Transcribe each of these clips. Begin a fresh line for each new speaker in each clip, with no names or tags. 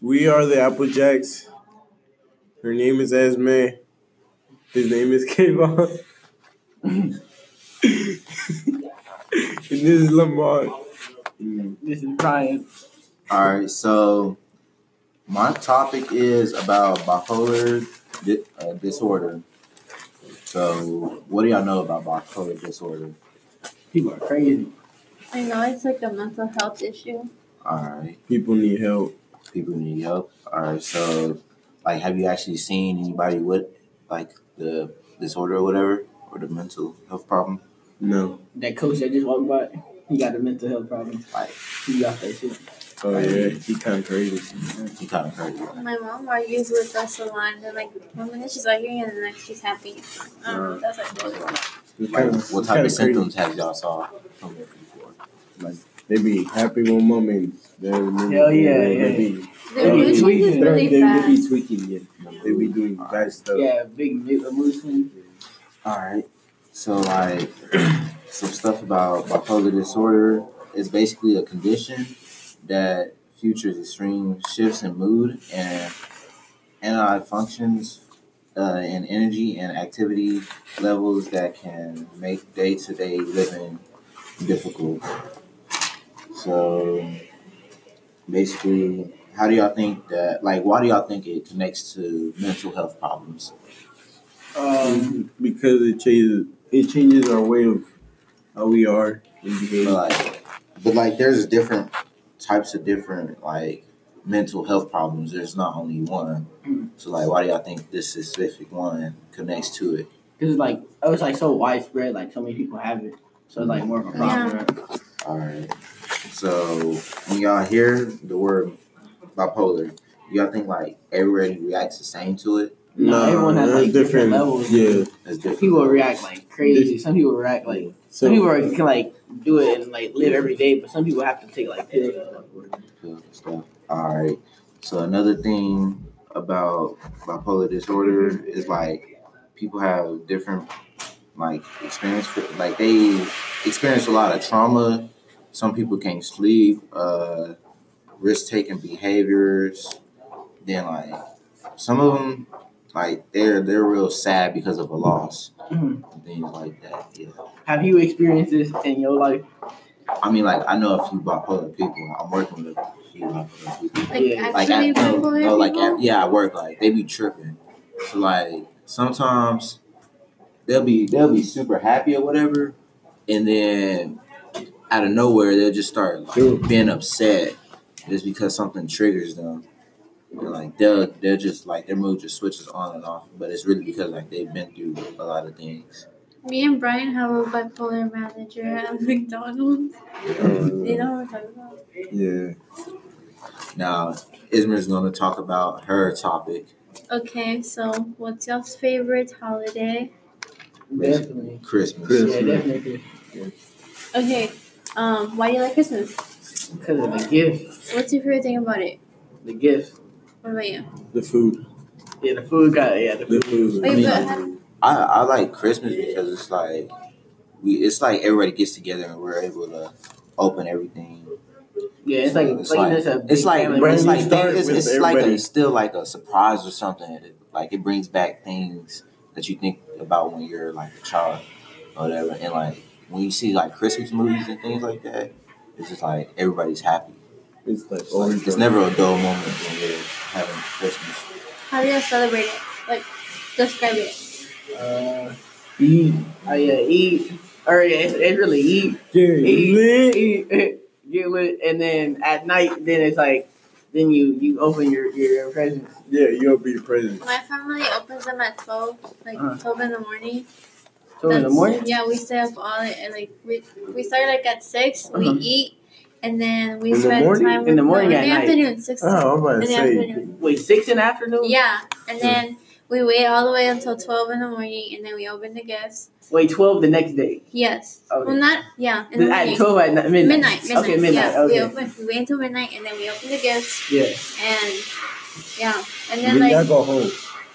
We are the Applejacks. Her name is Esme. His name is Kayvon. and this is Lamar.
This is Brian.
All right, so my topic is about bipolar di- uh, disorder. So, what do y'all know about bipolar disorder?
People are crazy.
I know it's like a mental health issue.
All right,
People need help.
people need help. All right, so like, have you actually seen anybody with like the disorder or whatever, or the mental health problem?
No.
That coach that just walked by, he got a mental health problem.
Right.
He got that shit.
Oh yeah, he kind of crazy.
You kind of crazy.
My mom argues with us a lot. And like one minute she's arguing and the next she's happy. Um, that's like,
It's
Like,
kinda-
what
it's
type
kinda
of
crazy.
symptoms have y'all saw from it before?
They be happy one moment. then-
Hell yeah, yeah.
They be,
their
Oh,
mood
tweaking.
changes
they, they,
really
they
fast.
be tweaking. Yeah. They be doing bad stuff.
Yeah, big mi- emotion.
All right. So like some stuff about bipolar disorder is basically a condition that features extreme shifts in mood and analyze functions uh, in energy and activity levels that can make day-to-day living difficult. So basically, how do y'all think that? Like, why do y'all think it connects to mental health problems?
Um,
because it changes it changes our way of how we are and behave.
But like, but like, there's different types of different like mental health problems. There's not only one.
Mm.
So like, why do y'all think this specific one connects to it?
cause it's like oh, it's like so widespread. Like so many people have it, so it's like more of a problem. right?
All right. So when y'all hear the word bipolar, y'all think like everybody reacts the same to it.
No, everyone has
there's
like different, levels.
Yeah,
That's different.
People react like crazy. Some people react like
so
some people are, can like do it and like live every day, but some people have to take like pills. and stuff for it.
pills and stuff. All right. So another thing about bipolar disorder is like people have different like experience. Like they experience a lot of trauma. Some people can't sleep. Uh, risk taking behaviors. Then like some of them like they're they're real sad because of a loss.
Mhm.
and Things like that. Yeah.
Have you experienced this in your life?
I mean like I know a few bipolar people. I'm working with a few bipolar people
Like
Yeah.
like
actually
at, no,
bipolar
no, like
people.
at, yeah, at work, like they be tripping. So like sometimes they'll be they'll be super happy or whatever, and then out of nowhere they'll just start
Sure.
like, being upset just because something triggers them. And, like they'll they'll just like their mood just switches on and off, but it's really because like they've been through a lot of things.
Me and Brian have a bipolar manager at McDonald's. They know what we're talking about.
uh, yeah,
Now Ismer's gonna talk about her topic,
Okay, so what's y'all's favorite holiday?
Definitely.
Christmas.
Christmas.
Yeah, definitely.
Okay, um, why do you like Christmas?
Because of the gift.
What's your favorite thing about it?
The gift.
What about you?
the food,
Yeah, the food got yeah, the
the
food.
food.
Wait,
mean,
but
I, I like Christmas because it's like we it's like everybody gets together and we're able to open everything.
Yeah, it's like
It's
like,
like-
just a big
It's like
family
brand
it's
new
like
start
it's,
with
it's like
everybody.
a, still like a surprise or something. Like it brings back things that you think about when you're like a child or whatever. And like when you see like Christmas movies and things like that, it's just like everybody's happy.
It's like
It's, like-
orange.
it's never a dull moment when you're having Christmas.
how do you celebrate it? Like, describe it.
Uh, eat. Oh yeah, eat. Or yeah, it's, it's really eat,
Yeah,
eat,
lit.
eat, get lit, and then at night, then it's like, then you you open your your presents.
yeah, you'll be the president.
My family opens them at 12, like
Uh.
12 in the morning.
So in the
That's-
morning,
Yeah, we stay up all night and like, we, we start like at 6, we
Uh-huh.
eat, and then we
In the
spend
morning?
time
In
with
the morning
no,
at
in the
night.
afternoon, 6
Oh, I'm about to
in the
say.
afternoon.
wait six in the afternoon.
Yeah, and then we wait all the way until 12 in the morning, and then we open the gifts.
Wait twelve the next day.
Yes.
Okay.
Well, not, yeah, in the
Then at
morning.
twelve at ni- midnight.
Midnight, midnight.
Okay, midnight.
Yeah, we
okay.
open. We wait until midnight, and then we open the gifts,
Yeah.
and yeah, and
We
then like
gotta go home.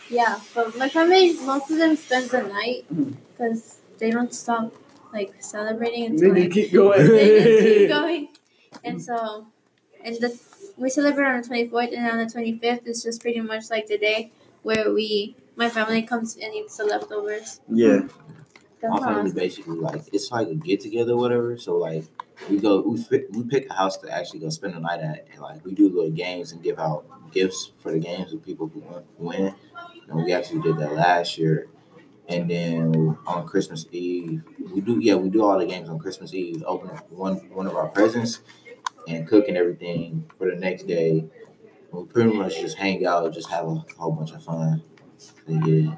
yeah. But my family, most of them spends the night
Mhm.
because they don't stop like celebrating until
Then you
like,
keep going.
they just keep going, and so and the we celebrate on the 24th, and on the 25th, it's just pretty much like the day where we, my family comes and eats the leftovers.
Yeah.
That's
My
all.
family basically like it's like a get together, whatever. So like we go, we fi- we pick a house to actually go spend the night at, and like we do little games and give out gifts for the games of people who win- win. And we actually did that last year. And then on Christmas Eve, we do yeah we do all the games on Christmas Eve. Open up one one of our presents and cook and everything for the next day. We pretty much just hang out, just have a whole bunch of fun. And yeah,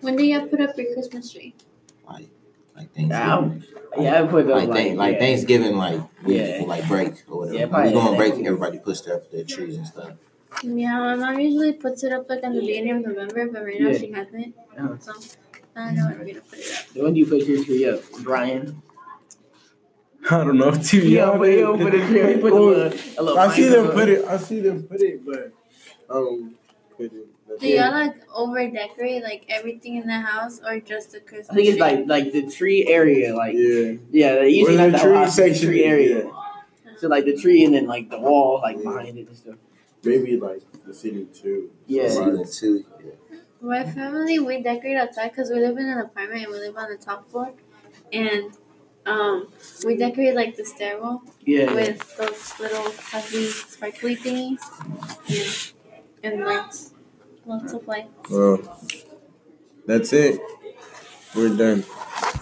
When do y'all put up your Christmas tree?
like like things.
Yeah, I put
like,
up like,
thank- like
yeah.
Thanksgiving, like we
Yeah.
like break or whatever.
Yeah,
we
probably
go on break,
Thanksgiving.
everybody puts their their trees and stuff.
Yeah, my mom usually puts it up like on the beginning of November, but right now
Yeah.
she hasn't.
Uh-huh.
So I don't know when we're gonna put it up.
When do you put your tree up, Brian?
I don't know. Too
Yeah,
young.
but he'll put a tree. Oh, He put a
Well,
little, a little
I see
plank
them
up.
put it. I see them put it, but I don't put it.
Do y'all like over decorate like everything in the house or just the Christmas?
I think it's
tree?
like like the tree area, like
Yeah.
yeah, they usually
Where's
have
the
that tree,
tree
lot, the
section?
tree area. So like the tree and then like the wall, like
Yeah.
behind it and stuff.
Maybe like the city too.
Yeah.
Season two, yeah.
My family, we decorate outside because we live in an apartment and we live on the top floor. And um, we decorate like the stairwell
Yeah, yeah.
with those little fuzzy, sparkly thingies. Yeah. And lights. Lots of lights.
Well, that's it. We're done.